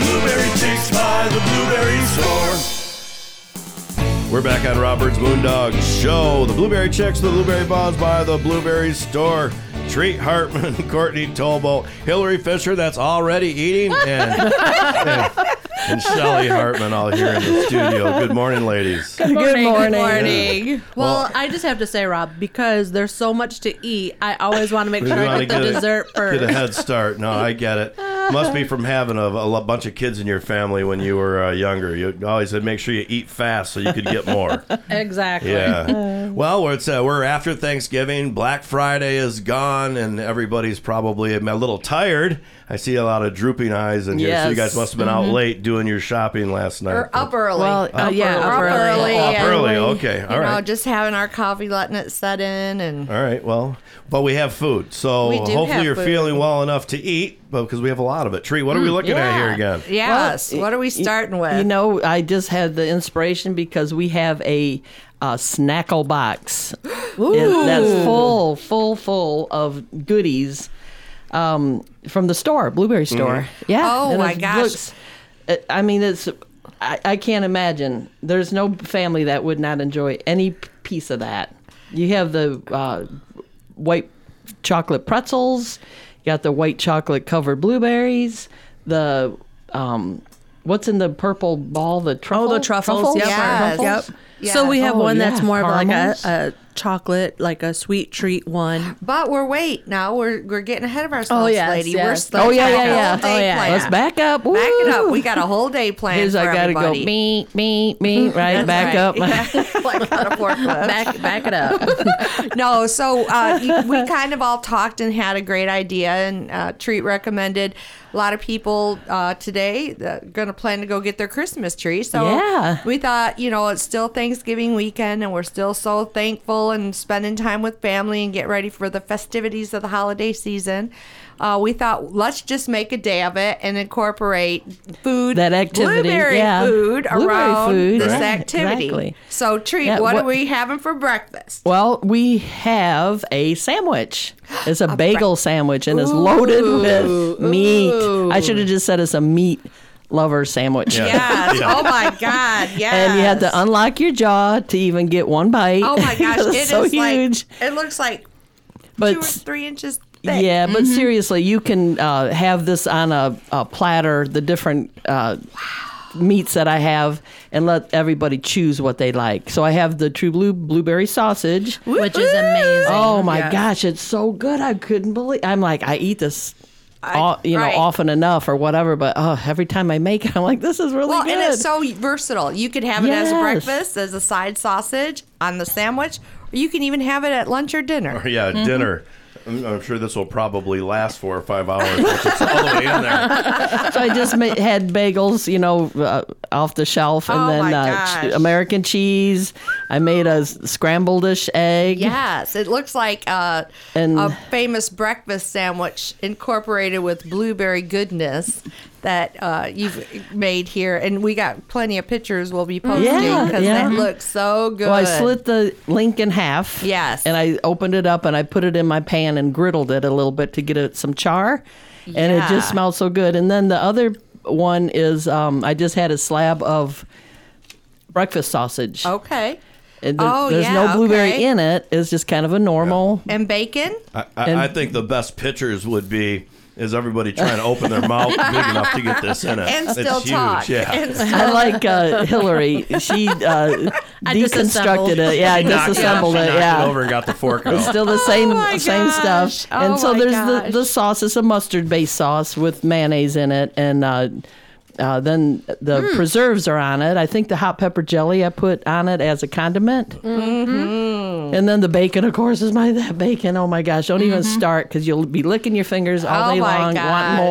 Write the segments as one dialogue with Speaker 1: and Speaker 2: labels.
Speaker 1: Blueberry chicks by the blueberry store. We're back at Robert's Boondog Show. The blueberry chicks, the blueberry bombs by the blueberry store. Treat Hartman, Courtney Tolbo, Hillary Fisher, that's already eating, and, and, and Shelly Hartman all here in the studio. Good morning, ladies.
Speaker 2: Good morning.
Speaker 3: morning.
Speaker 1: Well-
Speaker 3: Well, I just have to say, Rob, because there's so much to eat, I always want to make
Speaker 1: We
Speaker 3: sure I
Speaker 1: wanna
Speaker 3: get the
Speaker 1: get a-
Speaker 3: dessert first.
Speaker 1: Get a head start. No, I get it. Must be from having a, a lo- bunch of kids in your family when you were uh, younger. You always said make sure you eat fast so you could get more.
Speaker 3: Exactly.
Speaker 1: Yeah. Well, we're, it's, uh, we're after Thanksgiving. Black Friday is gone, and everybody's probably a little tired. I see a lot of drooping eyes in here. So you
Speaker 2: Yes.
Speaker 1: guys must have been out late doing your shopping last night.
Speaker 4: Or up early.
Speaker 2: Well,
Speaker 4: up
Speaker 2: uh,
Speaker 3: yeah,
Speaker 4: early.
Speaker 3: up
Speaker 4: Up
Speaker 3: early.
Speaker 4: early.
Speaker 1: Up
Speaker 4: and,
Speaker 1: early. Okay.
Speaker 4: you
Speaker 1: All
Speaker 4: know,
Speaker 1: right.
Speaker 4: just having our coffee, letting it set in, and
Speaker 1: All right. Well, but we have food, so
Speaker 4: We do
Speaker 1: hopefully
Speaker 4: have
Speaker 1: you're
Speaker 4: food.
Speaker 1: feeling well enough to eat, but because we have a lot of it. Tree, what are we looking at here again?
Speaker 4: yes.
Speaker 2: Well,
Speaker 4: what are
Speaker 2: y-
Speaker 4: we starting
Speaker 2: You
Speaker 4: with?
Speaker 2: know, I just had the inspiration because we have a, uh snackle box It- that's full, full, full of goodies um, from the store, blueberry
Speaker 1: Mm-hmm.
Speaker 2: store. Yeah.
Speaker 4: Oh,
Speaker 2: and
Speaker 4: my
Speaker 2: it
Speaker 4: gosh.
Speaker 2: looks- it- I mean, it's. I, I can't imagine. There's no family that would not enjoy any p- piece of that. You have the uh, white chocolate pretzels. You got the white chocolate covered blueberries. The um, what's in the purple ball? The truffle.
Speaker 3: Oh, the truffles. Yep.
Speaker 4: Yes.
Speaker 2: Truffles?
Speaker 4: Yep.
Speaker 3: So we
Speaker 4: Yes.
Speaker 3: have
Speaker 2: Oh,
Speaker 3: one that's
Speaker 2: yeah.
Speaker 3: more of like a,
Speaker 2: Caramels.
Speaker 3: a chocolate, like a sweet treat one.
Speaker 4: But we're wait now. We're we're getting ahead of ourselves,
Speaker 3: Oh, yes,
Speaker 4: lady.
Speaker 3: yes.
Speaker 4: We're still
Speaker 2: Oh, yeah,
Speaker 4: got
Speaker 2: yeah,
Speaker 4: a
Speaker 2: yeah.
Speaker 4: whole day
Speaker 3: Oh, yeah.
Speaker 4: planned.
Speaker 2: Let's back up.
Speaker 4: Back it
Speaker 2: Woo.
Speaker 4: up. We got a whole day planned.
Speaker 2: Here's
Speaker 4: for
Speaker 2: I gotta
Speaker 4: everybody.
Speaker 2: go me me me right back
Speaker 4: right.
Speaker 2: up.
Speaker 4: like on a forklift.
Speaker 3: Back, back it up.
Speaker 4: no, so uh, y- we kind of all talked and had a great idea, and uh, Treat recommended a lot of people uh, today going to plan to go get their Christmas tree. So
Speaker 2: Yeah.
Speaker 4: we thought, you know, it's still Thanksgiving weekend, and we're still so thankful and spending time with family and get ready for the festivities of the holiday season. Uh, we thought let's just make a day of it and incorporate food,
Speaker 2: That activity,
Speaker 4: blueberry
Speaker 2: yeah.
Speaker 4: food
Speaker 2: Blueberry
Speaker 4: around
Speaker 2: food,
Speaker 4: this
Speaker 2: right.
Speaker 4: activity.
Speaker 2: Exactly.
Speaker 4: So, treat.
Speaker 2: Yeah,
Speaker 4: what,
Speaker 2: what-
Speaker 4: are we having for breakfast?
Speaker 2: Well, we have a sandwich. It's a, bagel sandwich and it's loaded with meat. I should have just said it's a meat lover sandwich.
Speaker 1: Yeah.
Speaker 4: Yes. Oh my God. Yes.
Speaker 2: And you have to unlock your jaw to even get one bite.
Speaker 4: Oh my gosh. It
Speaker 2: it's
Speaker 4: is
Speaker 2: so huge.
Speaker 4: like it looks like two or
Speaker 2: but
Speaker 4: three inches thick. Mm-hmm.
Speaker 2: yeah, but seriously, you can uh, have this on a, a platter, the different uh, meats that I have, and let everybody choose what they like. So I have the True Blue blueberry sausage.
Speaker 3: Which is amazing.
Speaker 2: Oh my
Speaker 3: Yes.
Speaker 2: gosh, it's so good. I couldn't believe. I'm like, I eat this. all, you
Speaker 4: right.
Speaker 2: know, often enough or whatever, but oh, every time I make it, I'm like, this is really
Speaker 4: Well,
Speaker 2: good.
Speaker 4: and it's so versatile. You could have it as a
Speaker 2: Yes.
Speaker 4: breakfast, as a side sausage on the sandwich, or you can even have it at lunch or dinner.
Speaker 1: Yeah,
Speaker 2: Mm-hmm.
Speaker 1: dinner. I'm, I'm sure this will probably last four or five hours. Which is all the way in there.
Speaker 2: So I just ma- had bagels, you know, uh, off the shelf, and
Speaker 4: Oh,
Speaker 2: then
Speaker 4: my
Speaker 2: uh,
Speaker 4: gosh.
Speaker 2: American cheese. I made a s- scrambled-ish egg.
Speaker 4: Yes, it looks like uh,
Speaker 2: And-
Speaker 4: a famous breakfast sandwich incorporated with blueberry goodness that uh, you've made here, and we got plenty of pictures. We'll be posting
Speaker 2: Yeah,
Speaker 4: because
Speaker 2: yeah.
Speaker 4: that looks so good.
Speaker 2: Well, I slit the link in half.
Speaker 4: Yes.
Speaker 2: And I opened it up and I put it in my pan and griddled it a little bit to get it some char. And it
Speaker 4: Yeah.
Speaker 2: just smelled so good. And then the other one is um, I just had a slab of breakfast sausage.
Speaker 4: Okay.
Speaker 2: And there-
Speaker 4: oh,
Speaker 2: There's
Speaker 4: yeah,
Speaker 2: no blueberry
Speaker 4: okay.
Speaker 2: in it. It's just kind of a normal.
Speaker 4: And bacon?
Speaker 1: I, I, I think the best pictures would be is everybody trying to open their mouth big enough to get this in it.
Speaker 4: And
Speaker 1: it's
Speaker 4: still
Speaker 1: huge.
Speaker 4: talk.
Speaker 1: Yeah.
Speaker 4: And
Speaker 2: I like uh, Hillary. She uh,
Speaker 3: disassembled.
Speaker 2: deconstructed it. Yeah, I
Speaker 1: Knocked it out,
Speaker 2: disassembled
Speaker 1: she
Speaker 2: it.
Speaker 1: knocked
Speaker 2: Yeah.
Speaker 1: over and got the fork out.
Speaker 2: still the same
Speaker 4: Oh my
Speaker 2: same
Speaker 4: gosh.
Speaker 2: stuff.
Speaker 4: Oh
Speaker 2: and so
Speaker 4: my
Speaker 2: there's
Speaker 4: gosh.
Speaker 2: the the sauce is a mustard based sauce with mayonnaise in it, and uh, uh, then the
Speaker 4: Mm.
Speaker 2: preserves are on it. I think the hot pepper jelly I put on it as a condiment, mm-hmm. and then the bacon, of course, is my that bacon. Oh my gosh! Don't even start because you'll be licking your fingers all
Speaker 4: Mm-hmm. Oh
Speaker 2: day
Speaker 4: my
Speaker 2: long.
Speaker 4: gosh.
Speaker 2: Want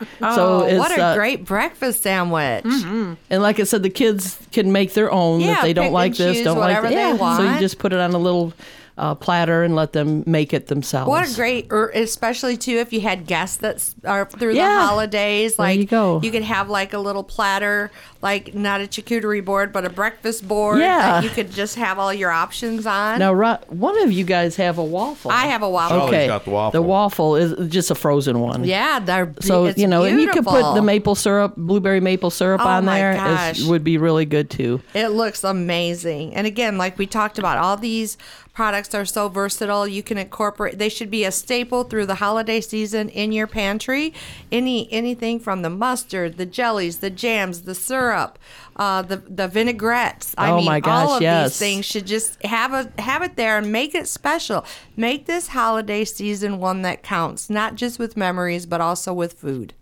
Speaker 2: more? so
Speaker 4: oh,
Speaker 2: it's
Speaker 4: what a
Speaker 2: uh, Mm-hmm.
Speaker 4: great breakfast sandwich.
Speaker 2: and like I said, the kids can make their own
Speaker 4: Yeah,
Speaker 2: if they
Speaker 4: pick
Speaker 2: don't like
Speaker 4: and
Speaker 2: this,
Speaker 4: choose
Speaker 2: don't like
Speaker 4: whatever
Speaker 2: that.
Speaker 4: they
Speaker 2: yeah. So you
Speaker 4: want.
Speaker 2: just put it on a little uh, platter and let them make it themselves.
Speaker 4: What a great, or especially too if you had guests that s- are through
Speaker 2: Yeah.
Speaker 4: the holidays.
Speaker 2: There
Speaker 4: Like
Speaker 2: you go.
Speaker 4: could have like a little platter, like not a charcuterie board, but a breakfast board.
Speaker 2: Yeah.
Speaker 4: that you could just have all your options on.
Speaker 2: Now, Ro- one of you guys have a waffle.
Speaker 4: I have a waffle.
Speaker 1: Charlie's got the waffle.
Speaker 2: waffle is just a frozen one.
Speaker 4: Yeah, they're be-
Speaker 2: So
Speaker 4: it's
Speaker 2: you know, and you could put the
Speaker 4: beautiful.
Speaker 2: maple syrup, blueberry maple syrup
Speaker 4: Oh
Speaker 2: on
Speaker 4: my
Speaker 2: there.
Speaker 4: gosh.
Speaker 2: It would be really good too.
Speaker 4: It looks amazing. And again, like we talked about, all these products are so versatile. You can incorporate they should be a staple through the holiday season in your pantry. Any anything from the mustard, the jellies, the jams, the syrup, uh, the the vinaigrettes. I
Speaker 2: Oh
Speaker 4: mean
Speaker 2: my
Speaker 4: all
Speaker 2: gosh,
Speaker 4: of
Speaker 2: yes.
Speaker 4: these things should just have a have it there and make it special. Make this holiday season one that counts, not just with memories, but also with food.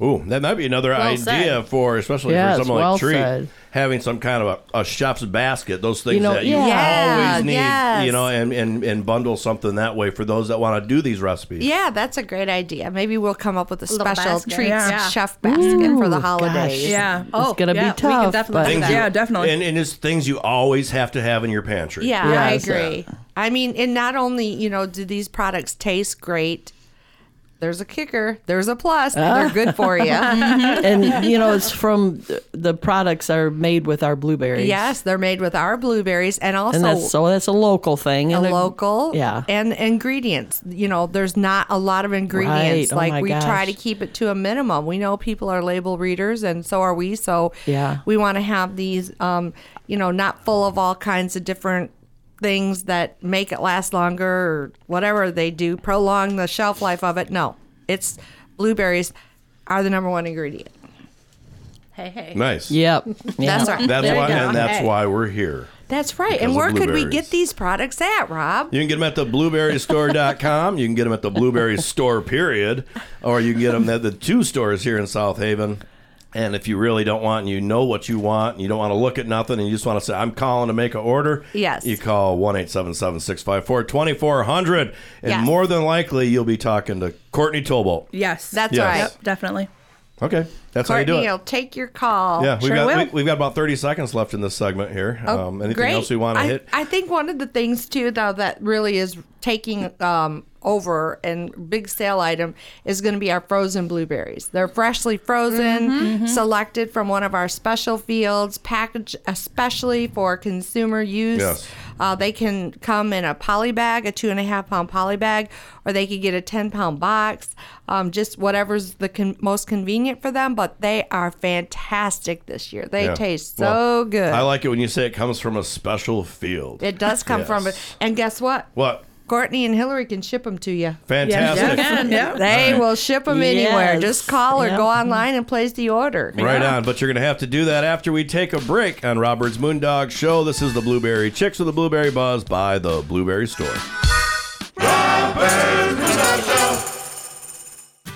Speaker 1: Ooh, that might be another idea
Speaker 3: said.
Speaker 1: for, especially
Speaker 2: Yes,
Speaker 1: for someone
Speaker 2: well
Speaker 1: like Treat,
Speaker 2: said.
Speaker 1: having some kind of a, a shop's basket, those things
Speaker 2: You know,
Speaker 1: that you
Speaker 2: yeah.
Speaker 1: always need,
Speaker 4: Yeah,
Speaker 1: you know,
Speaker 4: yes.
Speaker 1: and, and, and bundle something that way for those that want to do these recipes.
Speaker 4: Yeah, that's a great idea. Maybe we'll come up with a
Speaker 3: Little
Speaker 4: special
Speaker 3: basket.
Speaker 4: treats
Speaker 3: Yeah.
Speaker 4: chef basket for the
Speaker 2: Ooh,
Speaker 4: holidays.
Speaker 2: Oh, gosh.
Speaker 5: Yeah. oh,
Speaker 2: gonna be
Speaker 5: yeah, We
Speaker 2: tough,
Speaker 5: can
Speaker 2: but-
Speaker 5: definitely do
Speaker 1: Things
Speaker 5: that.
Speaker 1: you-
Speaker 5: Yeah, definitely.
Speaker 1: And, and it's things you always have to have in your pantry.
Speaker 4: Yeah, I
Speaker 2: Yes.
Speaker 4: agree. I mean, and not only, you know, do these products taste great, there's a kicker, there's a plus,
Speaker 2: Ah.
Speaker 4: and they're good for you.
Speaker 2: and you know, it's from the products are made with our blueberries.
Speaker 4: yes, they're made with our blueberries and also
Speaker 2: and that's so that's a local thing.
Speaker 4: a
Speaker 2: and it-
Speaker 4: local
Speaker 2: yeah.
Speaker 4: and ingredients you know there's not a lot of ingredients
Speaker 2: Right. Oh
Speaker 4: like
Speaker 2: my
Speaker 4: we try
Speaker 2: gosh.
Speaker 4: to keep it to a minimum we know people are label readers and so are we so
Speaker 2: Yeah.
Speaker 4: we want to have these um you know not full of all kinds of different things that make it last longer or whatever they do prolong the shelf life of it no it's blueberries are the number one ingredient
Speaker 3: Hey, hey.
Speaker 1: Nice.
Speaker 2: Yep. Yeah.
Speaker 4: that's right
Speaker 1: That's
Speaker 3: There you
Speaker 1: why,
Speaker 3: go.
Speaker 1: and that's
Speaker 3: Hey.
Speaker 1: why we're here.
Speaker 4: that's right
Speaker 1: Because of
Speaker 4: and where could we
Speaker 1: blueberries.
Speaker 4: get these products at rob
Speaker 1: You can get them at the blueberrystore.com. You can get them at the blueberry store, period. Or you can get them at the two stores here in South Haven. And if you really don't want and you know what you want and you don't want to look at nothing and you just want to say, I'm calling to make an order,
Speaker 4: Yes.
Speaker 1: you call 1 877 654 2400. And
Speaker 4: Yes.
Speaker 1: more than likely, you'll be talking to Courtney Tolbolt.
Speaker 5: yes.
Speaker 4: that's
Speaker 1: Yes.
Speaker 4: right
Speaker 5: Yep, definitely.
Speaker 1: Okay. That's how you
Speaker 4: courtney
Speaker 1: do
Speaker 4: will
Speaker 1: it.
Speaker 4: take your call
Speaker 1: Yeah, we've,
Speaker 5: Sure
Speaker 1: got,
Speaker 5: will.
Speaker 1: we, we've got about 30 seconds left in this segment here. um, anything
Speaker 4: Oh, Great.
Speaker 1: else we want to
Speaker 4: I,
Speaker 1: hit?
Speaker 4: I think one of the things too, though, that really is taking um, over and big sale item is going to be our frozen blueberries. They're freshly frozen, selected from one of our special fields, packaged especially for consumer use.
Speaker 1: Yes.
Speaker 4: Uh, they can come in a poly bag, a two and a half pound poly bag, or they could get a 10 pound box, um, just whatever's the con- most convenient for them. But they are fantastic this year. They
Speaker 1: Yeah.
Speaker 4: taste so
Speaker 1: Well,
Speaker 4: good.
Speaker 1: I like it when you say it comes from a special field.
Speaker 4: It does come from it.
Speaker 1: Yes.
Speaker 4: And guess what?
Speaker 1: What?
Speaker 4: Courtney and Hillary can ship them to you.
Speaker 1: Fantastic.
Speaker 5: Yeah.
Speaker 4: They will ship them anywhere.
Speaker 2: Yes.
Speaker 4: Just call or
Speaker 2: Yep.
Speaker 4: go online and place the order.
Speaker 1: Right on, but you're going to have to do that after we take a break on Robert's Moondog Show. This is the Blueberry Chicks with the Blueberry Buzz by the Blueberry Store.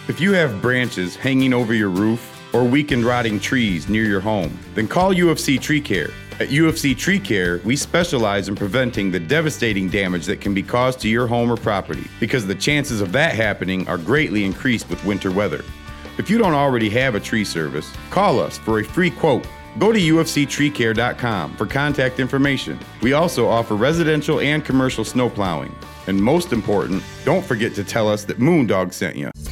Speaker 6: If you have branches hanging over your roof or weakened rotting trees near your home, then call UFC Tree Care. At UFC Tree Care, we specialize in preventing the devastating damage that can be caused to your home or property because the chances of that happening are greatly increased with winter weather. If you don't already have a tree service, call us for a free quote. Go to ufctreecare.com for contact information. We also offer residential and commercial snow plowing. And most important, don't forget to tell us that Moondog sent you.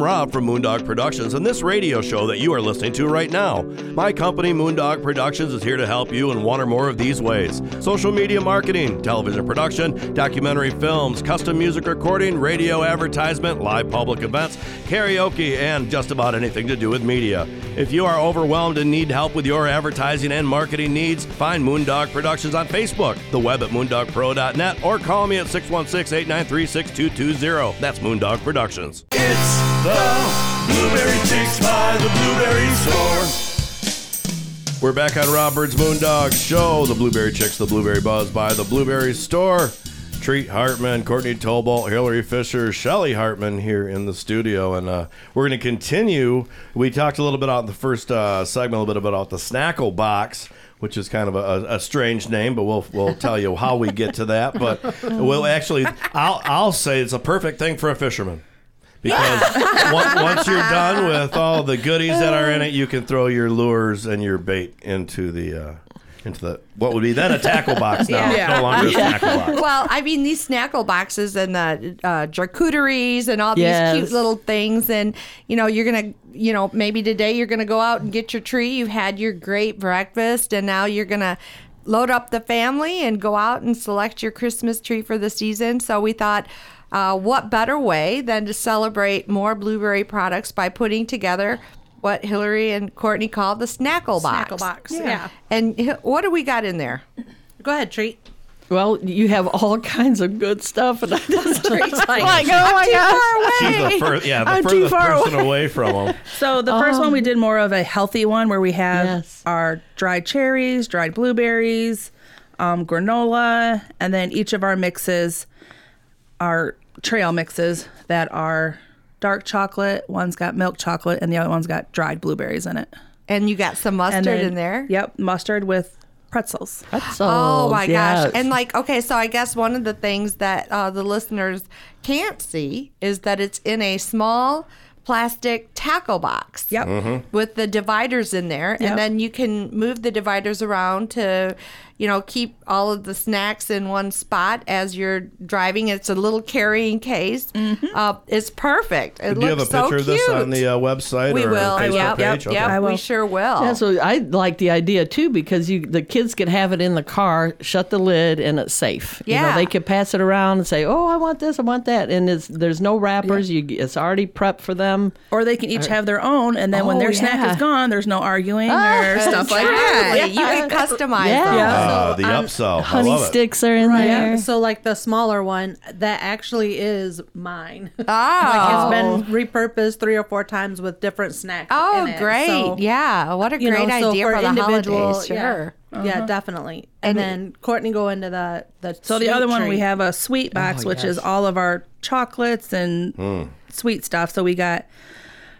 Speaker 1: Rob from Moondog Productions and this radio show that you are listening to right now. My company, Moondog Productions, is here to help you in one or more of these ways social media marketing, television production, documentary films, custom music recording, radio advertisement, live public events, karaoke, and just about anything to do with media. If you are overwhelmed and need help with your advertising and marketing needs, find Moondog Productions on Facebook, the web at moondogpro.net, or call me at 616 893 6220. That's Moondog Productions.
Speaker 7: It's the Blueberry Chicks by the Blueberry Store.
Speaker 1: We're back on Robert's Moondog Show, the Blueberry Chicks, the Blueberry Buzz by the Blueberry Store. Treat Hartman, Courtney Tolbolt, Hillary Fisher, Shelly Hartman here in the studio. And uh, we're going to continue. We talked a little bit out in the first uh, segment, a little bit about the Snackle Box, which is kind of a, a strange name, but we'll, we'll tell you how we get to that. But we'll actually, I'll, I'll say it's a perfect thing for a fisherman. Because on- once you're done with all the goodies that are in it, you can throw your lures and your bait into the uh, into the what would be then a tackle box now. It's no longer a tackle box.
Speaker 4: well, I mean, these snackle boxes and the uh, charcuteries and all these
Speaker 2: Yes.
Speaker 4: cute little things. And, you know, you're going to, you know, maybe today you're going to go out and get your tree. You've had your great breakfast, and now you're going to load up the family and go out and select your Christmas tree for the season. So we thought, uh, what better way than to celebrate more blueberry products by putting together what Hillary and Courtney called the snackle box.
Speaker 3: Snackle box, Yeah. yeah.
Speaker 4: And hi- what do we got in there?
Speaker 3: Go ahead, treat.
Speaker 2: Well, you have all kinds of good stuff, and I just treats like, like
Speaker 4: Oh my
Speaker 1: She's the first, yeah, the
Speaker 2: I'm too
Speaker 1: furthest
Speaker 2: far
Speaker 1: person away, from them.
Speaker 5: So the first one we did more of a healthy one where we have
Speaker 2: Oh. Yes.
Speaker 5: our dried cherries, dried blueberries, um, granola, and then each of our mixes, our trail mixes that are dark chocolate. One's got milk chocolate, and the other one's got dried blueberries in it.
Speaker 4: And you got some mustard
Speaker 5: And then-
Speaker 4: in there.
Speaker 5: Yep, mustard with pretzels.
Speaker 4: Oh my
Speaker 2: yes.
Speaker 4: gosh. And like, okay, so I guess one of the things that uh, the listeners can't see is that it's in a small plastic tackle box.
Speaker 5: Yep.
Speaker 1: Mm-hmm.
Speaker 4: With the dividers in there.
Speaker 5: Yep.
Speaker 4: And then you can move the dividers around to, you know, keep all of the snacks in one spot as you're driving. It's a little carrying case.
Speaker 5: Mm-hmm.
Speaker 4: Uh, it's perfect. It
Speaker 1: Do you
Speaker 4: looks
Speaker 1: have a
Speaker 4: so
Speaker 1: picture of this
Speaker 4: cute.
Speaker 1: on the uh, website
Speaker 4: we
Speaker 1: or
Speaker 4: will.
Speaker 1: on the Facebook
Speaker 4: Yep,
Speaker 1: page?
Speaker 4: yep,
Speaker 1: Okay.
Speaker 4: yep. We
Speaker 5: will.
Speaker 4: sure will.
Speaker 2: Yeah, so I like the idea too because you the kids can have it in the car, shut the lid, and it's safe. You know,
Speaker 4: Yeah.
Speaker 2: they could pass it around and say, "Oh, I want this, I want that," and it's there's no wrappers. You it's already prepped for them.
Speaker 5: Or they can each have their own, and then when
Speaker 2: Oh,
Speaker 5: their snack
Speaker 2: yeah. Ah,
Speaker 5: is gone, there's no arguing or stuff like that.
Speaker 4: Exactly. You can customize
Speaker 2: Yeah.
Speaker 4: them.
Speaker 1: Uh, the upsell. I
Speaker 2: Honey
Speaker 1: love it.
Speaker 2: sticks are in there.
Speaker 3: So like the smaller one that actually is mine.
Speaker 4: Oh,
Speaker 3: It's been repurposed three or four times with different snacks.
Speaker 4: oh,
Speaker 3: in it.
Speaker 4: great!
Speaker 3: So,
Speaker 4: yeah, what a great
Speaker 3: you know, so
Speaker 4: idea for, the holidays.
Speaker 3: yeah.
Speaker 4: Sure.
Speaker 3: Yeah, definitely. And, then Courtney go into the the
Speaker 5: So the other one we
Speaker 3: have.
Speaker 5: have a sweet
Speaker 3: Oh,
Speaker 5: box, which is all of our chocolates and sweet stuff. So we got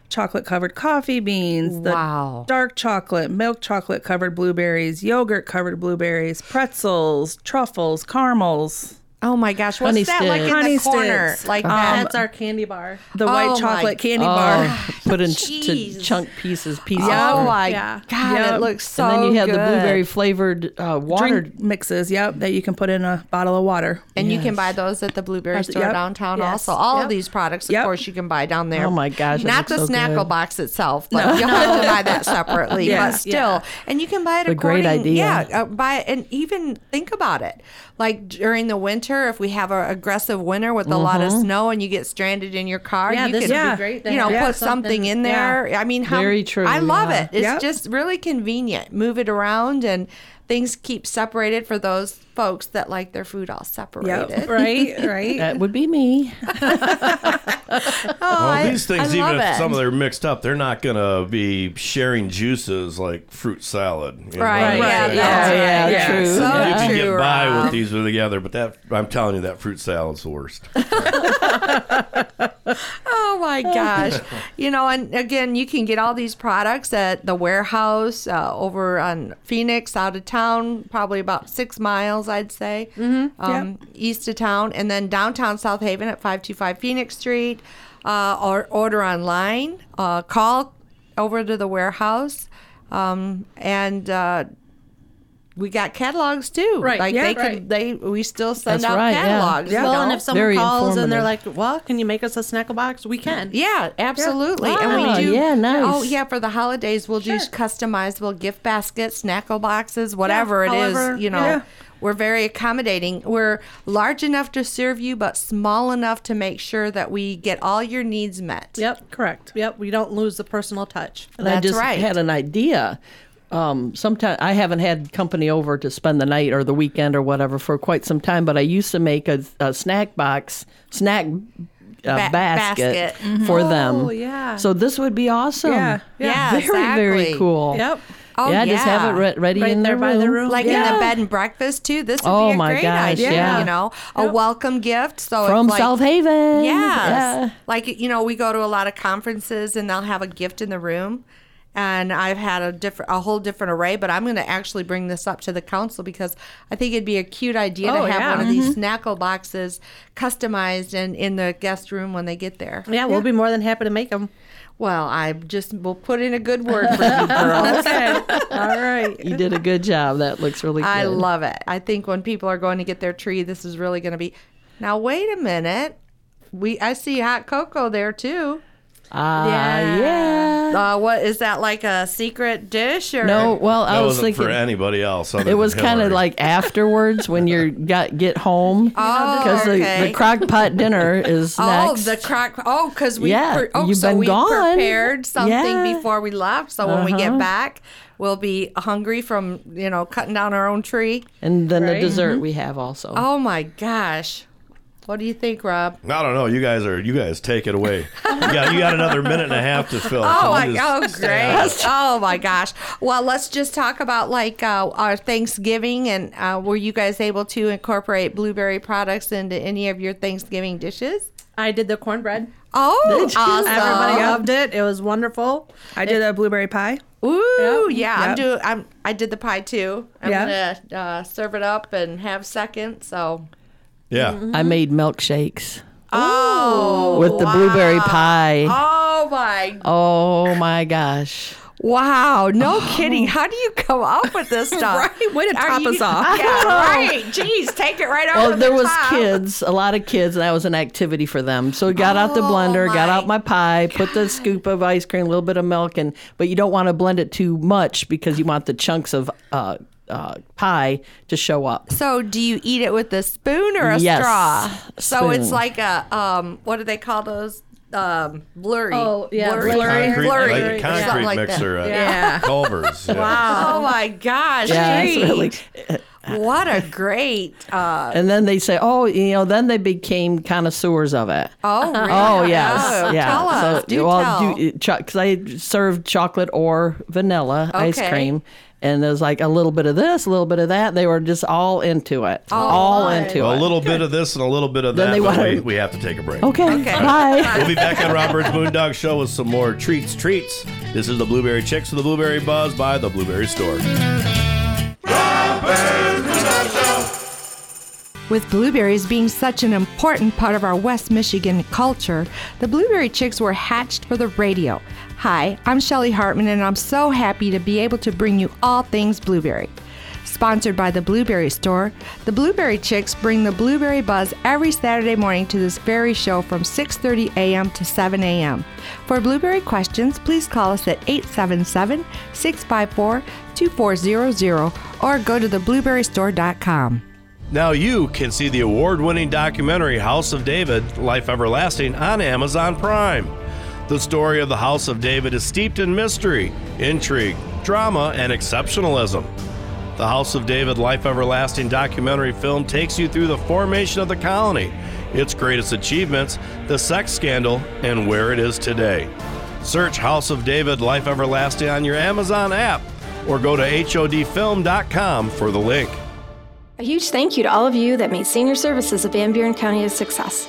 Speaker 5: chocolate covered coffee beans, the
Speaker 4: Wow.
Speaker 5: dark chocolate, milk chocolate covered blueberries, yogurt covered blueberries, pretzels, truffles, caramels,
Speaker 4: Oh my gosh, what's
Speaker 2: Honey
Speaker 4: that like in
Speaker 2: sticks.
Speaker 5: Honey
Speaker 4: the corner?
Speaker 5: sticks.
Speaker 4: Like um, that?
Speaker 3: That's our candy bar.
Speaker 5: the
Speaker 4: Oh,
Speaker 5: white
Speaker 4: my
Speaker 5: chocolate candy bar.
Speaker 2: Oh, put in ch- to
Speaker 4: Jeez.
Speaker 2: chunk pieces, pieces.
Speaker 4: oh
Speaker 2: for-
Speaker 4: my
Speaker 5: yeah.
Speaker 4: god,
Speaker 5: Yep.
Speaker 4: it looks so.
Speaker 2: and then you have the
Speaker 4: good.
Speaker 2: blueberry flavored uh,
Speaker 3: Oh.
Speaker 2: water.
Speaker 5: Drink mixes, yep, that you can put in a bottle of water.
Speaker 4: and you can buy those at the blueberry store
Speaker 5: yep.
Speaker 4: downtown.
Speaker 5: Yes.
Speaker 4: Also, all of
Speaker 5: Yep.
Speaker 4: these products, of
Speaker 5: Yep.
Speaker 4: course, you can buy down there.
Speaker 2: Oh my gosh, it
Speaker 4: not the
Speaker 2: looks so
Speaker 4: snackle
Speaker 2: good.
Speaker 4: box itself, but you have to buy that separately.
Speaker 5: Yeah,
Speaker 4: but still, and you can buy it.
Speaker 2: a great
Speaker 4: according-
Speaker 2: idea.
Speaker 4: Yeah, uh, buy it and even think about it. Like during the winter, if we have an aggressive winter with a lot
Speaker 2: Mm-hmm.
Speaker 4: of snow and you get stranded in your car,
Speaker 3: Yeah,
Speaker 4: you
Speaker 3: this
Speaker 4: can,
Speaker 3: would be Yeah. great to
Speaker 4: You know,
Speaker 3: have
Speaker 4: put something,
Speaker 3: something-
Speaker 4: in there. I mean, how,
Speaker 2: Very true,
Speaker 4: I love
Speaker 2: yeah.
Speaker 4: it. It's
Speaker 5: Yep.
Speaker 4: just really convenient. Move it around and. Things keep separated for those folks that like their food all separated.
Speaker 5: Yep.
Speaker 3: Right, right.
Speaker 2: That would be me.
Speaker 4: Oh,
Speaker 1: Well,
Speaker 4: I-
Speaker 1: these
Speaker 4: I
Speaker 1: things, even
Speaker 4: love
Speaker 1: if
Speaker 4: it.
Speaker 1: some of them are mixed up, they're not going to be sharing juices like fruit salad. you know
Speaker 4: Right,
Speaker 1: what I'm
Speaker 4: yeah,
Speaker 1: saying?
Speaker 4: that's
Speaker 2: Oh,
Speaker 4: right.
Speaker 2: yeah,
Speaker 5: Yeah.
Speaker 2: Oh, true.
Speaker 4: So
Speaker 1: You can
Speaker 4: true,
Speaker 1: get by
Speaker 4: Rob.
Speaker 1: with these together, but that I'm telling you, that fruit salad's the worst.
Speaker 4: Oh my gosh! you know, and again, you can get all these products at the warehouse uh, over on Phoenix, out of town, probably about six miles, I'd say, mm-hmm. um, east of town, and then downtown South Haven at five two five Phoenix Street, uh, or order online, uh, call over to the warehouse, um, and. Uh, we got catalogs too.
Speaker 3: Right,
Speaker 4: Like
Speaker 3: yeah,
Speaker 4: they
Speaker 3: right.
Speaker 4: could they we still send
Speaker 2: That's
Speaker 4: out
Speaker 2: right, yeah.
Speaker 4: catalogs.
Speaker 2: Yeah.
Speaker 4: you
Speaker 3: Well,
Speaker 4: know?
Speaker 3: and if someone
Speaker 2: Very
Speaker 3: calls and they're like, "Well, can you make us a snackle box?" We can.
Speaker 4: Yeah, absolutely.
Speaker 2: Oh,
Speaker 4: and we do.
Speaker 2: yeah, nice.
Speaker 4: Oh, yeah. For the holidays, we'll do customizable gift baskets, snackle boxes, whatever it is.
Speaker 5: however-
Speaker 4: You know,
Speaker 5: yeah.
Speaker 4: we're very accommodating. We're large enough to serve you, but small enough to make sure that we get all your needs met.
Speaker 3: Yep.
Speaker 5: Correct.
Speaker 3: Yep. We don't lose the personal touch.
Speaker 2: And I
Speaker 4: That's
Speaker 2: just
Speaker 4: right.
Speaker 2: had an idea. Um, sometimes I haven't had company over to spend the night or the weekend or whatever for quite some time, but I used to make a, a snack box, snack uh, basket,
Speaker 4: basket. Mm-hmm.
Speaker 2: for them.
Speaker 3: Oh, yeah.
Speaker 2: So this would be awesome.
Speaker 5: Yeah,
Speaker 4: yeah. Yeah,
Speaker 2: Very, very
Speaker 4: exactly.
Speaker 2: cool.
Speaker 5: Yep.
Speaker 4: Oh,
Speaker 2: yeah, just have it
Speaker 4: yeah.
Speaker 2: re- ready
Speaker 5: Right
Speaker 2: in
Speaker 5: there
Speaker 2: their
Speaker 5: by
Speaker 2: room.
Speaker 5: the room.
Speaker 4: like in
Speaker 5: Yeah.
Speaker 4: the bed and breakfast too. This would
Speaker 2: Oh
Speaker 4: be a
Speaker 2: my
Speaker 4: great
Speaker 2: gosh,
Speaker 4: idea.
Speaker 2: yeah.
Speaker 4: You know, a welcome gift. So
Speaker 2: from
Speaker 4: it's like,
Speaker 2: South Haven.
Speaker 4: Yes.
Speaker 2: Yeah.
Speaker 4: Like, you know, we go to a lot of conferences and they'll have a gift in the room. And I've had a different, a whole different array, but I'm going to actually bring this up to the council because I think it'd be a cute idea
Speaker 3: Oh,
Speaker 4: to have
Speaker 3: yeah.
Speaker 4: one of these snackle boxes customized and in the guest room when they get there.
Speaker 3: Yeah, we'll be more than happy to make them.
Speaker 4: Well, I just will put in a good word for you girls.
Speaker 3: All right.
Speaker 2: You did a good job. That looks really good.
Speaker 4: I love it. I think when people are going to get their tree, this is really going to be. Now wait a minute. We I see hot cocoa there too.
Speaker 2: Ah, yeah.
Speaker 4: Uh, what is that like a secret dish or
Speaker 2: No, well, I
Speaker 1: That
Speaker 2: was
Speaker 1: wasn't
Speaker 2: thinking
Speaker 1: for anybody else.
Speaker 2: it was kind of like afterwards when you got get home.
Speaker 4: Oh,
Speaker 2: the,
Speaker 4: okay.
Speaker 2: the crock pot dinner is
Speaker 4: Oh,
Speaker 2: next.
Speaker 4: the crock. Oh, because we
Speaker 2: Yeah,
Speaker 4: pre- oh,
Speaker 2: you've
Speaker 4: so
Speaker 2: been
Speaker 4: we
Speaker 2: gone.
Speaker 4: prepared something
Speaker 2: Yeah. Uh-huh.
Speaker 4: before we left. So when we get back, we'll be hungry from you know cutting down our own tree.
Speaker 2: and then the
Speaker 3: Right.
Speaker 2: dessert we have also.
Speaker 4: Oh my gosh, what do you think, Rob?
Speaker 1: I don't know. You guys are. You guys take it away. you, got, you got another minute and a half to fill.
Speaker 4: Oh
Speaker 1: so
Speaker 4: my,
Speaker 1: just
Speaker 4: oh
Speaker 1: stay out of
Speaker 4: great! Oh my gosh! Well, let's just talk about like uh, our Thanksgiving, and uh, were you guys able to incorporate blueberry products into any of your Thanksgiving dishes?
Speaker 3: I did the cornbread.
Speaker 4: Oh, awesome!
Speaker 3: Everybody loved it. It was wonderful.
Speaker 5: I did a blueberry pie.
Speaker 4: Ooh, yeah! I'm
Speaker 5: Yep.
Speaker 4: do I'm I did the pie too. I'm
Speaker 5: Yeah.
Speaker 4: gonna uh, serve it up and have second. So
Speaker 1: it. Yeah.
Speaker 2: I made milkshakes
Speaker 4: oh,
Speaker 2: with the blueberry pie.
Speaker 4: oh my
Speaker 2: Oh my gosh.
Speaker 4: Wow, no kidding. How do you come up with this stuff?
Speaker 5: Right, way to
Speaker 4: Are
Speaker 5: top
Speaker 4: you-
Speaker 5: us off.
Speaker 4: Yeah, right. Jeez, take it right over
Speaker 2: Well,
Speaker 4: the
Speaker 2: Oh, there was
Speaker 4: top.
Speaker 2: kids, a lot of kids, and that was an activity for them. So I got out the
Speaker 4: Oh,
Speaker 2: blender, got
Speaker 4: my
Speaker 2: out my pie, put the scoop of ice cream, a little bit of milk, and but you don't want to blend it too much because you want the chunks of uh, uh, pie to show up.
Speaker 4: So do you eat it with a spoon or a
Speaker 2: Yes,
Speaker 4: straw? So it's
Speaker 2: spoon.
Speaker 4: like a um what do they call those? Um blurry.
Speaker 3: Oh, yeah,
Speaker 4: Blurry.
Speaker 3: blurry.
Speaker 1: Concrete,
Speaker 4: Blurry.
Speaker 1: like a
Speaker 4: Something
Speaker 1: concrete
Speaker 4: like that.
Speaker 1: mixer. uh, At
Speaker 3: Yeah.
Speaker 1: Culver's. Wow.
Speaker 4: Oh my gosh.
Speaker 2: Yeah, it's
Speaker 4: geez.
Speaker 2: really.
Speaker 4: what a great uh
Speaker 2: And then they say, oh, you know, then they became connoisseurs of it.
Speaker 4: oh really?
Speaker 2: Oh yes,
Speaker 4: Oh,
Speaker 2: yeah.
Speaker 4: Tell us.
Speaker 2: So,
Speaker 4: do
Speaker 2: well,
Speaker 4: tell.
Speaker 2: because I served chocolate or vanilla ice
Speaker 4: Okay.
Speaker 2: cream, and there's like a little bit of this, a little bit of that. They were just all into it, all
Speaker 4: my.
Speaker 2: into
Speaker 1: A
Speaker 2: it.
Speaker 1: little bit of this and a little bit of
Speaker 2: Then
Speaker 1: that.
Speaker 2: they
Speaker 1: but
Speaker 2: wanna-
Speaker 1: we, we have to take a break.
Speaker 2: okay,
Speaker 4: Okay.
Speaker 2: bye.
Speaker 1: We'll be back on Robert's Boondog Show with some more treats, treats. This is the Blueberry Chicks with the Blueberry Buzz by the Blueberry Store.
Speaker 4: With blueberries being such an important part of our West Michigan culture, the Blueberry Chicks were hatched for the radio. Hi, I'm Shelly Hartman, and I'm so happy to be able to bring you all things blueberry. Sponsored by the Blueberry Store, the Blueberry Chicks bring the blueberry buzz every Saturday morning to this very show from 6:30 a.m. to 7 a.m. For blueberry questions, please call us at 877-654-2400 or go to theblueberrystore.com.
Speaker 1: Now you can see the award winning documentary House of David Life Everlasting on Amazon Prime. The story of the House of David is steeped in mystery, intrigue, drama, and exceptionalism. The House of David Life Everlasting documentary film takes you through the formation of the colony, its greatest achievements, the sex scandal, and where it is today. Search House of David Life Everlasting on your Amazon app or go to HODfilm.com for the link.
Speaker 8: A huge thank you to all of you that made Senior Services of Van Buren County a success.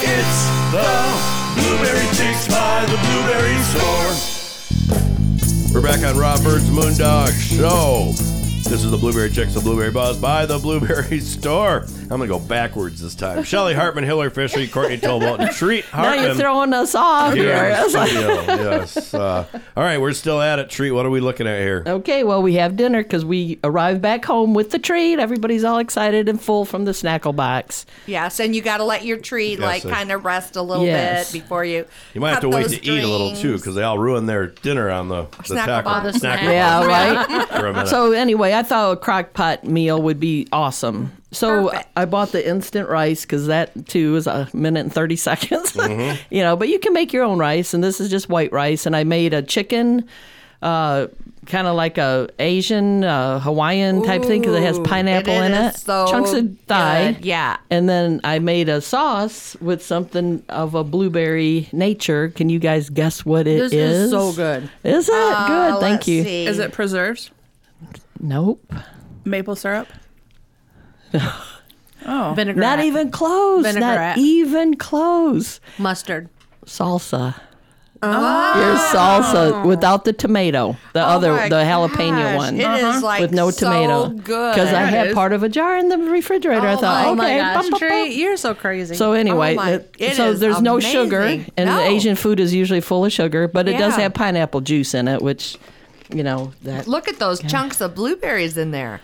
Speaker 7: It's the Blueberry Chicks by the Blueberry Store.
Speaker 1: We're back on Rob Bird's Moondog Show. This is the Blueberry Chicks, the Blueberry Buzz by the Blueberry Store. I'm going to go backwards this time. Shelly Hartman, Hillary Fisher, Courtney Tolbot, and Treat
Speaker 2: Now
Speaker 1: Hartman.
Speaker 2: you're throwing us off
Speaker 1: here in
Speaker 2: here.
Speaker 1: the
Speaker 2: It's like-
Speaker 1: studio. yes. Uh, all right, we're still at it. Treat, what are we looking at here?
Speaker 2: Okay, well, we have dinner because we arrive back home with the treat. Everybody's all excited and full from the snackle box.
Speaker 4: Yes, and you got to let your tree like
Speaker 1: Yes, I-
Speaker 4: kind of rest a little
Speaker 2: Yes.
Speaker 4: bit before you.
Speaker 1: You might have
Speaker 4: cut
Speaker 1: to wait
Speaker 4: those
Speaker 1: to eat a little too,
Speaker 4: strings.
Speaker 1: because they all ruined their dinner on the, the
Speaker 4: Snack
Speaker 1: taco.
Speaker 4: bar. The
Speaker 1: snack
Speaker 4: snack
Speaker 1: bar.
Speaker 2: Yeah, right?
Speaker 1: For a minute.
Speaker 2: So anyway, I thought a crock pot meal would be awesome. So
Speaker 4: Perfect.
Speaker 2: I bought the instant rice because that too is a minute and thirty seconds.
Speaker 4: Mm-hmm.
Speaker 2: you know, but you can make your own rice, and this is just white rice. And I made a chicken, uh, kind of like a Asian uh, Hawaiian type thing because it has
Speaker 4: Ooh,
Speaker 2: pineapple
Speaker 4: it
Speaker 2: in
Speaker 4: is
Speaker 2: it,
Speaker 4: so
Speaker 2: chunks of thigh.
Speaker 4: good, yeah.
Speaker 2: And then I made a sauce with something of a blueberry nature. Can you guys guess what it is?
Speaker 3: This is so good.
Speaker 2: Is it
Speaker 4: Uh,
Speaker 2: good? Thank
Speaker 4: let's
Speaker 2: you.
Speaker 4: see.
Speaker 5: Is it preserves?
Speaker 2: Nope.
Speaker 5: Maple syrup?
Speaker 3: Vinegar.
Speaker 2: Not even close. Not
Speaker 3: Vinaigrette.
Speaker 2: even close.
Speaker 3: mustard.
Speaker 2: Salsa. Your salsa without the tomato, the other,
Speaker 4: Oh. my
Speaker 2: the jalapeno
Speaker 4: gosh,
Speaker 2: one
Speaker 4: It is like
Speaker 2: with no
Speaker 4: so
Speaker 2: tomato.
Speaker 4: Good.
Speaker 2: Because I
Speaker 5: That
Speaker 2: had
Speaker 5: is-
Speaker 2: part of a jar in the refrigerator. I thought,
Speaker 3: oh
Speaker 2: okay,
Speaker 3: my
Speaker 2: bop,
Speaker 3: gosh,
Speaker 2: bop, bop.
Speaker 3: Trey, you're so crazy.
Speaker 2: So anyway,
Speaker 4: Oh my-
Speaker 2: it-
Speaker 4: it
Speaker 2: so
Speaker 4: is
Speaker 2: there's no sugar, and
Speaker 4: amazing.
Speaker 2: the
Speaker 4: No.
Speaker 2: Asian food is usually full of sugar, but it does
Speaker 4: Yeah.
Speaker 2: have pineapple juice in it, which, you know, that
Speaker 4: Look at those chunks of blueberries in there.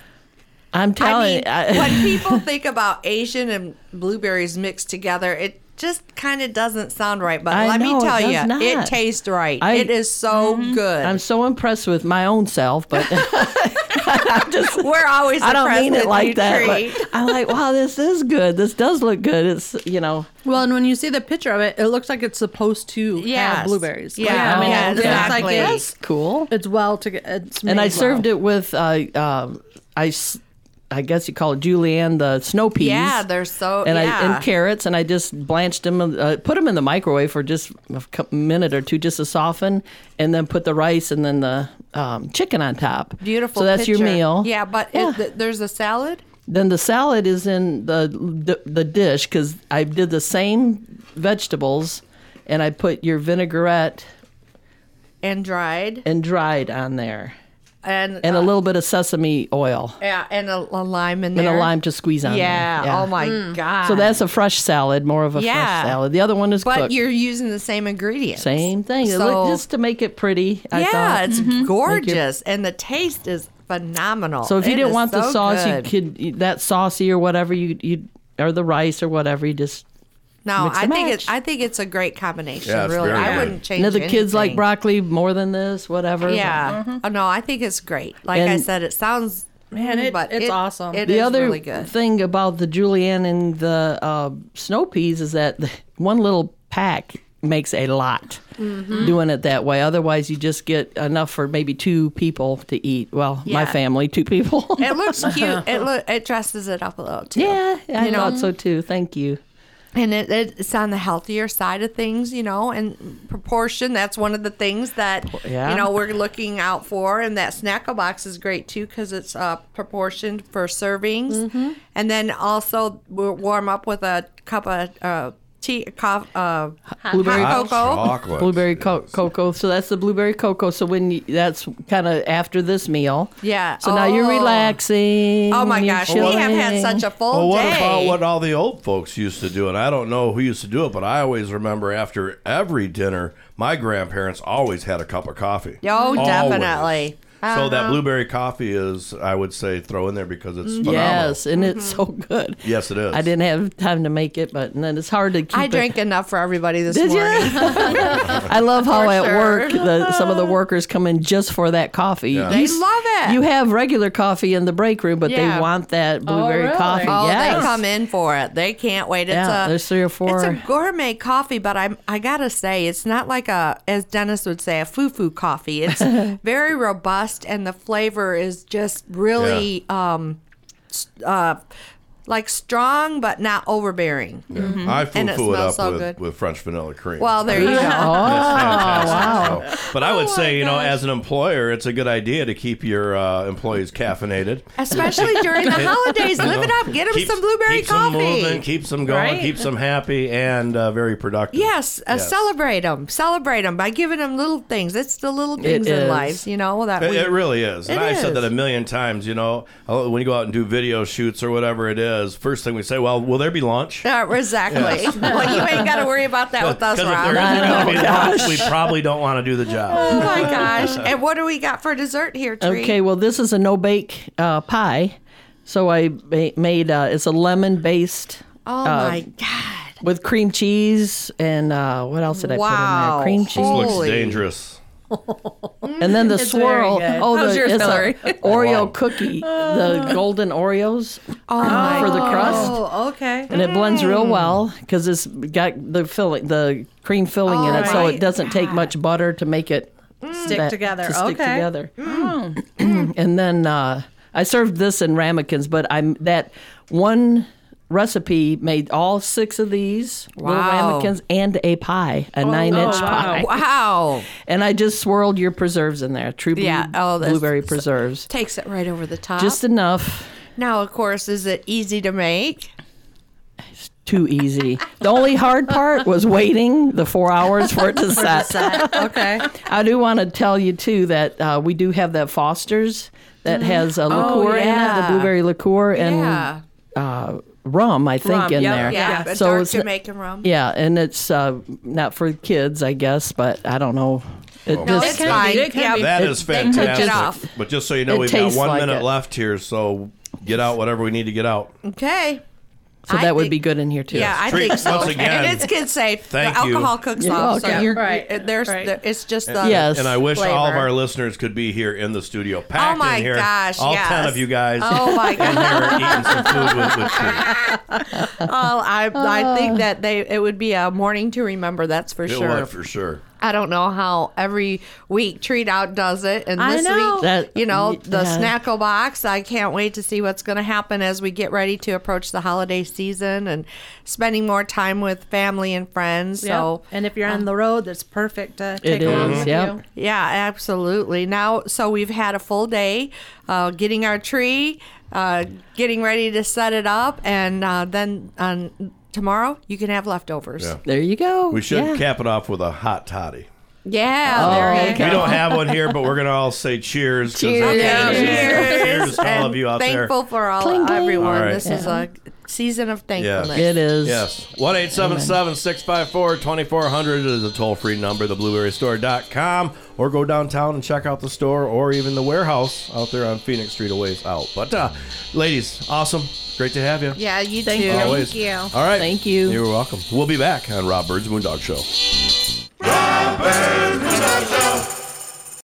Speaker 2: I'm
Speaker 4: I
Speaker 2: telling.
Speaker 4: mean, when people think about Asian and blueberries mixed together, it just kind of doesn't sound right. But
Speaker 2: I
Speaker 4: let
Speaker 2: know,
Speaker 4: me
Speaker 2: it
Speaker 4: tell
Speaker 2: does
Speaker 4: you,
Speaker 2: not.
Speaker 4: it tastes right.
Speaker 2: I- Mm-hmm.
Speaker 4: it is so good.
Speaker 2: I'm so impressed with my own self, but I'm just
Speaker 4: We're always
Speaker 2: I don't
Speaker 4: impressed
Speaker 2: mean it
Speaker 4: with
Speaker 2: like
Speaker 4: you,
Speaker 2: that.
Speaker 4: Tree.
Speaker 2: But I'm like, wow, this is good. This does look good. It's you know,
Speaker 3: well, and when you see the picture of it, it looks like it's supposed to have
Speaker 4: Yes.
Speaker 3: blueberries.
Speaker 4: Yeah.
Speaker 3: I mean,
Speaker 4: Yeah,
Speaker 3: it looks like
Speaker 4: exactly.
Speaker 3: it's,
Speaker 2: that's cool.
Speaker 3: it's well to get. It's
Speaker 2: And
Speaker 3: made
Speaker 2: I
Speaker 3: well.
Speaker 2: served it with uh, um, I, s- I guess you call it julienne the snow peas.
Speaker 4: Yeah, they're so-
Speaker 2: and I
Speaker 4: yeah.
Speaker 2: and carrots, and I just blanched them, uh, put them in the microwave for just a cou- minute or two, just to soften, and then put the rice and then the um, chicken on top.
Speaker 4: Beautiful.
Speaker 2: So that's your
Speaker 4: picture.
Speaker 2: meal.
Speaker 4: Yeah, but
Speaker 2: Yeah.
Speaker 4: It, th- there's a salad.
Speaker 2: Then the salad is in the the, the dish because I did the same vegetables, and I put your vinaigrette
Speaker 4: And dried
Speaker 2: and dried on there,
Speaker 4: and
Speaker 2: and
Speaker 4: uh,
Speaker 2: a little bit of sesame oil
Speaker 4: yeah, and a, a lime in
Speaker 2: and
Speaker 4: there
Speaker 2: a lime to squeeze on. there.
Speaker 4: Yeah. Oh my god.
Speaker 2: So that's a fresh salad, more of a
Speaker 4: Yeah.
Speaker 2: fresh salad. The other one is
Speaker 4: But
Speaker 2: cooked.
Speaker 4: you're using the same ingredients.
Speaker 2: Same thing. It looked-
Speaker 4: So-
Speaker 2: just to make it pretty. I
Speaker 4: yeah,
Speaker 2: thought. Mm-hmm.
Speaker 4: it's gorgeous, and the taste is phenomenal.
Speaker 2: So if you
Speaker 4: It
Speaker 2: didn't
Speaker 4: is
Speaker 2: want the
Speaker 4: so
Speaker 2: sauce,
Speaker 4: good.
Speaker 2: you could you- that saucy or whatever you you or the rice or whatever you just.
Speaker 4: No,
Speaker 2: mix
Speaker 4: I
Speaker 2: and
Speaker 4: think
Speaker 2: match.
Speaker 4: it's I think it's a great combination.
Speaker 1: Yeah, it's
Speaker 4: really,
Speaker 1: very
Speaker 4: I
Speaker 1: good.
Speaker 4: wouldn't change.
Speaker 2: You know, the kids like
Speaker 4: anything.
Speaker 2: broccoli more than this, whatever.
Speaker 4: Yeah. Oh, no, I think it's great. Like I
Speaker 2: And-
Speaker 4: said, it sounds mm,
Speaker 3: Man, it-
Speaker 4: but
Speaker 3: it's
Speaker 4: it-
Speaker 3: awesome.
Speaker 4: It
Speaker 2: the
Speaker 4: is
Speaker 2: other
Speaker 4: really good.
Speaker 2: thing about the julienne and the uh, snow peas is that the- one little pack makes a lot
Speaker 4: Mm-hmm.
Speaker 2: doing it that way otherwise you just get enough for maybe two people to eat well my
Speaker 4: Yeah.
Speaker 2: family two people
Speaker 4: It looks cute. It lo- it dresses it up a little too.
Speaker 2: yeah i
Speaker 4: You know.
Speaker 2: thought so too thank you
Speaker 4: and it, it's on the healthier side of things, you know, and proportion. That's one of the things that
Speaker 2: yeah.
Speaker 4: you know we're looking out for, and that snackle box is great too because it's uh, proportioned for servings,
Speaker 2: Mm-hmm.
Speaker 4: and then also we'll warm up with a cup of uh, tea, coffee, uh,
Speaker 2: blueberry
Speaker 4: hot cocoa.
Speaker 1: Chocolate.
Speaker 2: blueberry co- cocoa so that's the blueberry cocoa so when you, that's kind of after this meal
Speaker 4: Yeah.
Speaker 2: so now you're
Speaker 4: Oh.
Speaker 2: relaxing
Speaker 4: Oh my
Speaker 2: you're
Speaker 4: gosh, we have had
Speaker 2: chilling.
Speaker 4: such a full
Speaker 1: Well, what
Speaker 4: day.
Speaker 1: about what all the old folks used to do? And I don't know who used to do it, but I always remember after every dinner, my grandparents always had a cup of coffee.
Speaker 4: Oh,
Speaker 1: Always.
Speaker 4: definitely. Uh-huh.
Speaker 1: So that blueberry coffee is, I would say, throw in there because it's phenomenal.
Speaker 2: Yes, and it's
Speaker 4: Mm-hmm.
Speaker 2: so good.
Speaker 1: Yes, it is.
Speaker 2: I didn't have time to make it, but and then it's hard to keep.
Speaker 4: I
Speaker 2: it-
Speaker 4: drank enough for everybody this
Speaker 2: Did you?
Speaker 4: morning.
Speaker 2: I love how at work the, some of the workers come in just for that coffee.
Speaker 4: They
Speaker 2: You,
Speaker 4: love it.
Speaker 2: you have regular coffee in the break room, but
Speaker 4: Yeah.
Speaker 2: they want that blueberry
Speaker 5: really?
Speaker 2: coffee.
Speaker 4: Oh,
Speaker 2: yes.
Speaker 4: they come in for it. They can't wait. It's
Speaker 2: Yeah,
Speaker 4: a,
Speaker 2: there's three or four.
Speaker 4: It's a gourmet coffee, but I'm I gotta say it's not like a as Dennis would say a foo-foo coffee. It's very robust, and the flavor is just really um, s- uh, like strong but not overbearing.
Speaker 1: I foo
Speaker 4: And it
Speaker 1: foo it,
Speaker 4: smells
Speaker 1: up
Speaker 4: so
Speaker 1: with,
Speaker 4: good.
Speaker 1: with French vanilla cream.
Speaker 4: Well, there you go. Oh,
Speaker 1: wow. but I would say, you know, as an employer, it's a good idea to keep your uh, employees caffeinated.
Speaker 4: Especially during the holidays, live it up. Get them
Speaker 1: Keeps-
Speaker 4: some blueberry
Speaker 1: keeps
Speaker 4: coffee.
Speaker 1: Them moving, keeps them going,
Speaker 2: Right?
Speaker 1: keeps them happy and uh, very productive.
Speaker 4: Yes, uh,
Speaker 1: Yes.
Speaker 4: celebrate them. Celebrate them by giving them little things. It's the little things
Speaker 2: is.
Speaker 4: in life, you know, that
Speaker 1: It,
Speaker 4: we,
Speaker 1: it really is. And
Speaker 4: It
Speaker 1: I've said
Speaker 4: is.
Speaker 1: that a million times, you know, uh, when you go out and do video shoots or whatever it is, first thing we say, well, will there be lunch?
Speaker 4: Uh, exactly. well, you ain't got to worry about that with us,
Speaker 1: Because if there
Speaker 4: Rob.
Speaker 1: isn't going to be lunch, we probably don't want to do the job.
Speaker 4: Oh my gosh! And what do we got for dessert here, Tree?
Speaker 2: Okay, well, this is a no bake uh, pie. So I ma- made uh, it's a lemon based
Speaker 4: Oh my god!
Speaker 2: with cream cheese and uh, what else did I
Speaker 4: Wow.
Speaker 2: put in there? Cream cheese.
Speaker 1: This looks
Speaker 4: Holy.
Speaker 1: dangerous.
Speaker 2: And then the swirl.
Speaker 5: good.
Speaker 2: Oh,
Speaker 5: How's
Speaker 2: the,
Speaker 5: yours,
Speaker 2: it's a
Speaker 5: Hillary?
Speaker 2: Oreo cookie, the golden Oreos
Speaker 4: Oh my
Speaker 2: for the crust.
Speaker 3: Oh, okay.
Speaker 2: and it blends real well because it's got the filling, the cream filling in it, so it
Speaker 4: Alright.
Speaker 2: doesn't take much butter to make it
Speaker 3: Stick
Speaker 2: that-
Speaker 3: together.
Speaker 2: To stick
Speaker 3: okay.
Speaker 2: together. and then uh, I served this in ramekins, but I'm that one recipe made all six of these little
Speaker 4: Wow.
Speaker 2: ramekins and a pie, a nine inch pie,
Speaker 4: Oh, Wow!
Speaker 2: and I just swirled your preserves in there, true blue,
Speaker 4: Yeah, oh, that's-
Speaker 2: blueberry preserves,
Speaker 4: Takes it right over the top.
Speaker 2: just enough.
Speaker 4: now, of course, is it easy to make?
Speaker 2: Too easy. The only hard part was waiting the four hours for it to set.
Speaker 3: okay.
Speaker 2: I do want to tell you too that uh, we do have that Foster's that has a
Speaker 4: Mm-hmm. Oh,
Speaker 2: liqueur in it,
Speaker 4: yeah.
Speaker 2: the blueberry liqueur and
Speaker 4: yeah,
Speaker 2: uh, rum, I think,
Speaker 5: Rum,
Speaker 2: Mm, in
Speaker 5: yep,
Speaker 2: there.
Speaker 4: yeah.
Speaker 5: yeah.
Speaker 4: a
Speaker 2: So
Speaker 4: dark
Speaker 2: it's-
Speaker 4: Jamaican rum.
Speaker 2: Yeah, and it's uh, not for kids, I guess, but I don't know. It
Speaker 4: No,
Speaker 2: just-
Speaker 4: it's fine.
Speaker 5: it can
Speaker 4: yeah,
Speaker 5: be.
Speaker 1: That is
Speaker 4: took it
Speaker 1: fantastic.
Speaker 4: off.
Speaker 1: But just so you know,
Speaker 2: It
Speaker 1: we've got
Speaker 2: tastes
Speaker 1: one
Speaker 2: like
Speaker 1: minute
Speaker 2: it.
Speaker 1: left here, so get out whatever we need to get out.
Speaker 4: okay.
Speaker 2: so
Speaker 4: I
Speaker 2: that would be
Speaker 4: think-
Speaker 2: good in here too.
Speaker 4: Yeah, I
Speaker 1: Treat-
Speaker 4: think so.
Speaker 1: once again,
Speaker 4: and it's kid safe.
Speaker 1: thank
Speaker 4: the
Speaker 1: you.
Speaker 4: alcohol cooks
Speaker 2: You're
Speaker 4: off. So
Speaker 2: welcome.
Speaker 4: you're,
Speaker 5: Right,
Speaker 4: it- There's,
Speaker 5: right.
Speaker 4: there- it's just the
Speaker 2: Yes.
Speaker 1: And I wish all of
Speaker 4: Flavor.
Speaker 1: our listeners could be here in the studio, packed
Speaker 4: Oh my
Speaker 1: in here.
Speaker 4: gosh,
Speaker 1: all
Speaker 4: yes.
Speaker 1: ten of you guys.
Speaker 4: Oh my
Speaker 1: in
Speaker 4: god!
Speaker 1: here eating some food with, with treat.
Speaker 4: Oh, I I think that they it would be a morning to remember. That's for
Speaker 1: It
Speaker 4: sure.
Speaker 1: would, for sure.
Speaker 4: I don't know how every week Treat Out does it, and
Speaker 3: I
Speaker 4: this
Speaker 3: know.
Speaker 4: week,
Speaker 2: That-
Speaker 4: you know, the
Speaker 2: yeah.
Speaker 4: Snackle Box. I can't wait to see what's going to happen as we get ready to approach the holiday season and spending more time with family and friends. So,
Speaker 3: and if you're on the road, that's perfect to
Speaker 2: It
Speaker 3: take along
Speaker 2: is,
Speaker 3: with
Speaker 2: yep.
Speaker 3: you.
Speaker 4: yeah, absolutely. Now, so we've had a full day uh, getting our tree, uh, getting ready to set it up, and uh, then on tomorrow you can have leftovers.
Speaker 1: Yeah.
Speaker 4: Yeah,
Speaker 2: There you go.
Speaker 1: We should
Speaker 2: Yeah.
Speaker 1: cap it off with a hot toddy.
Speaker 2: Oh,
Speaker 4: there you
Speaker 1: We don't have one here, but we're gonna all say cheers. 'cause
Speaker 2: Cheers.
Speaker 1: that's-
Speaker 2: Yeah,
Speaker 1: Cheers. to all
Speaker 4: And
Speaker 1: of you out there.
Speaker 4: thankful for all everyone.
Speaker 1: All right.
Speaker 4: This is a season of thankfulness.
Speaker 2: It is.
Speaker 1: Yes. 1 877 654 2400 is a toll free number, theblueberrystore.com, or go downtown and check out the store or even the warehouse out there on Phoenix Street, a ways out. But, uh, ladies, awesome. Great to have you.
Speaker 4: Yeah, you
Speaker 3: Thank
Speaker 4: too.
Speaker 3: you.
Speaker 1: Always.
Speaker 3: Thank you.
Speaker 1: All right.
Speaker 2: Thank you.
Speaker 1: You're welcome. We'll be back on Rob Bird's Moondog Show.
Speaker 7: Rob Bird's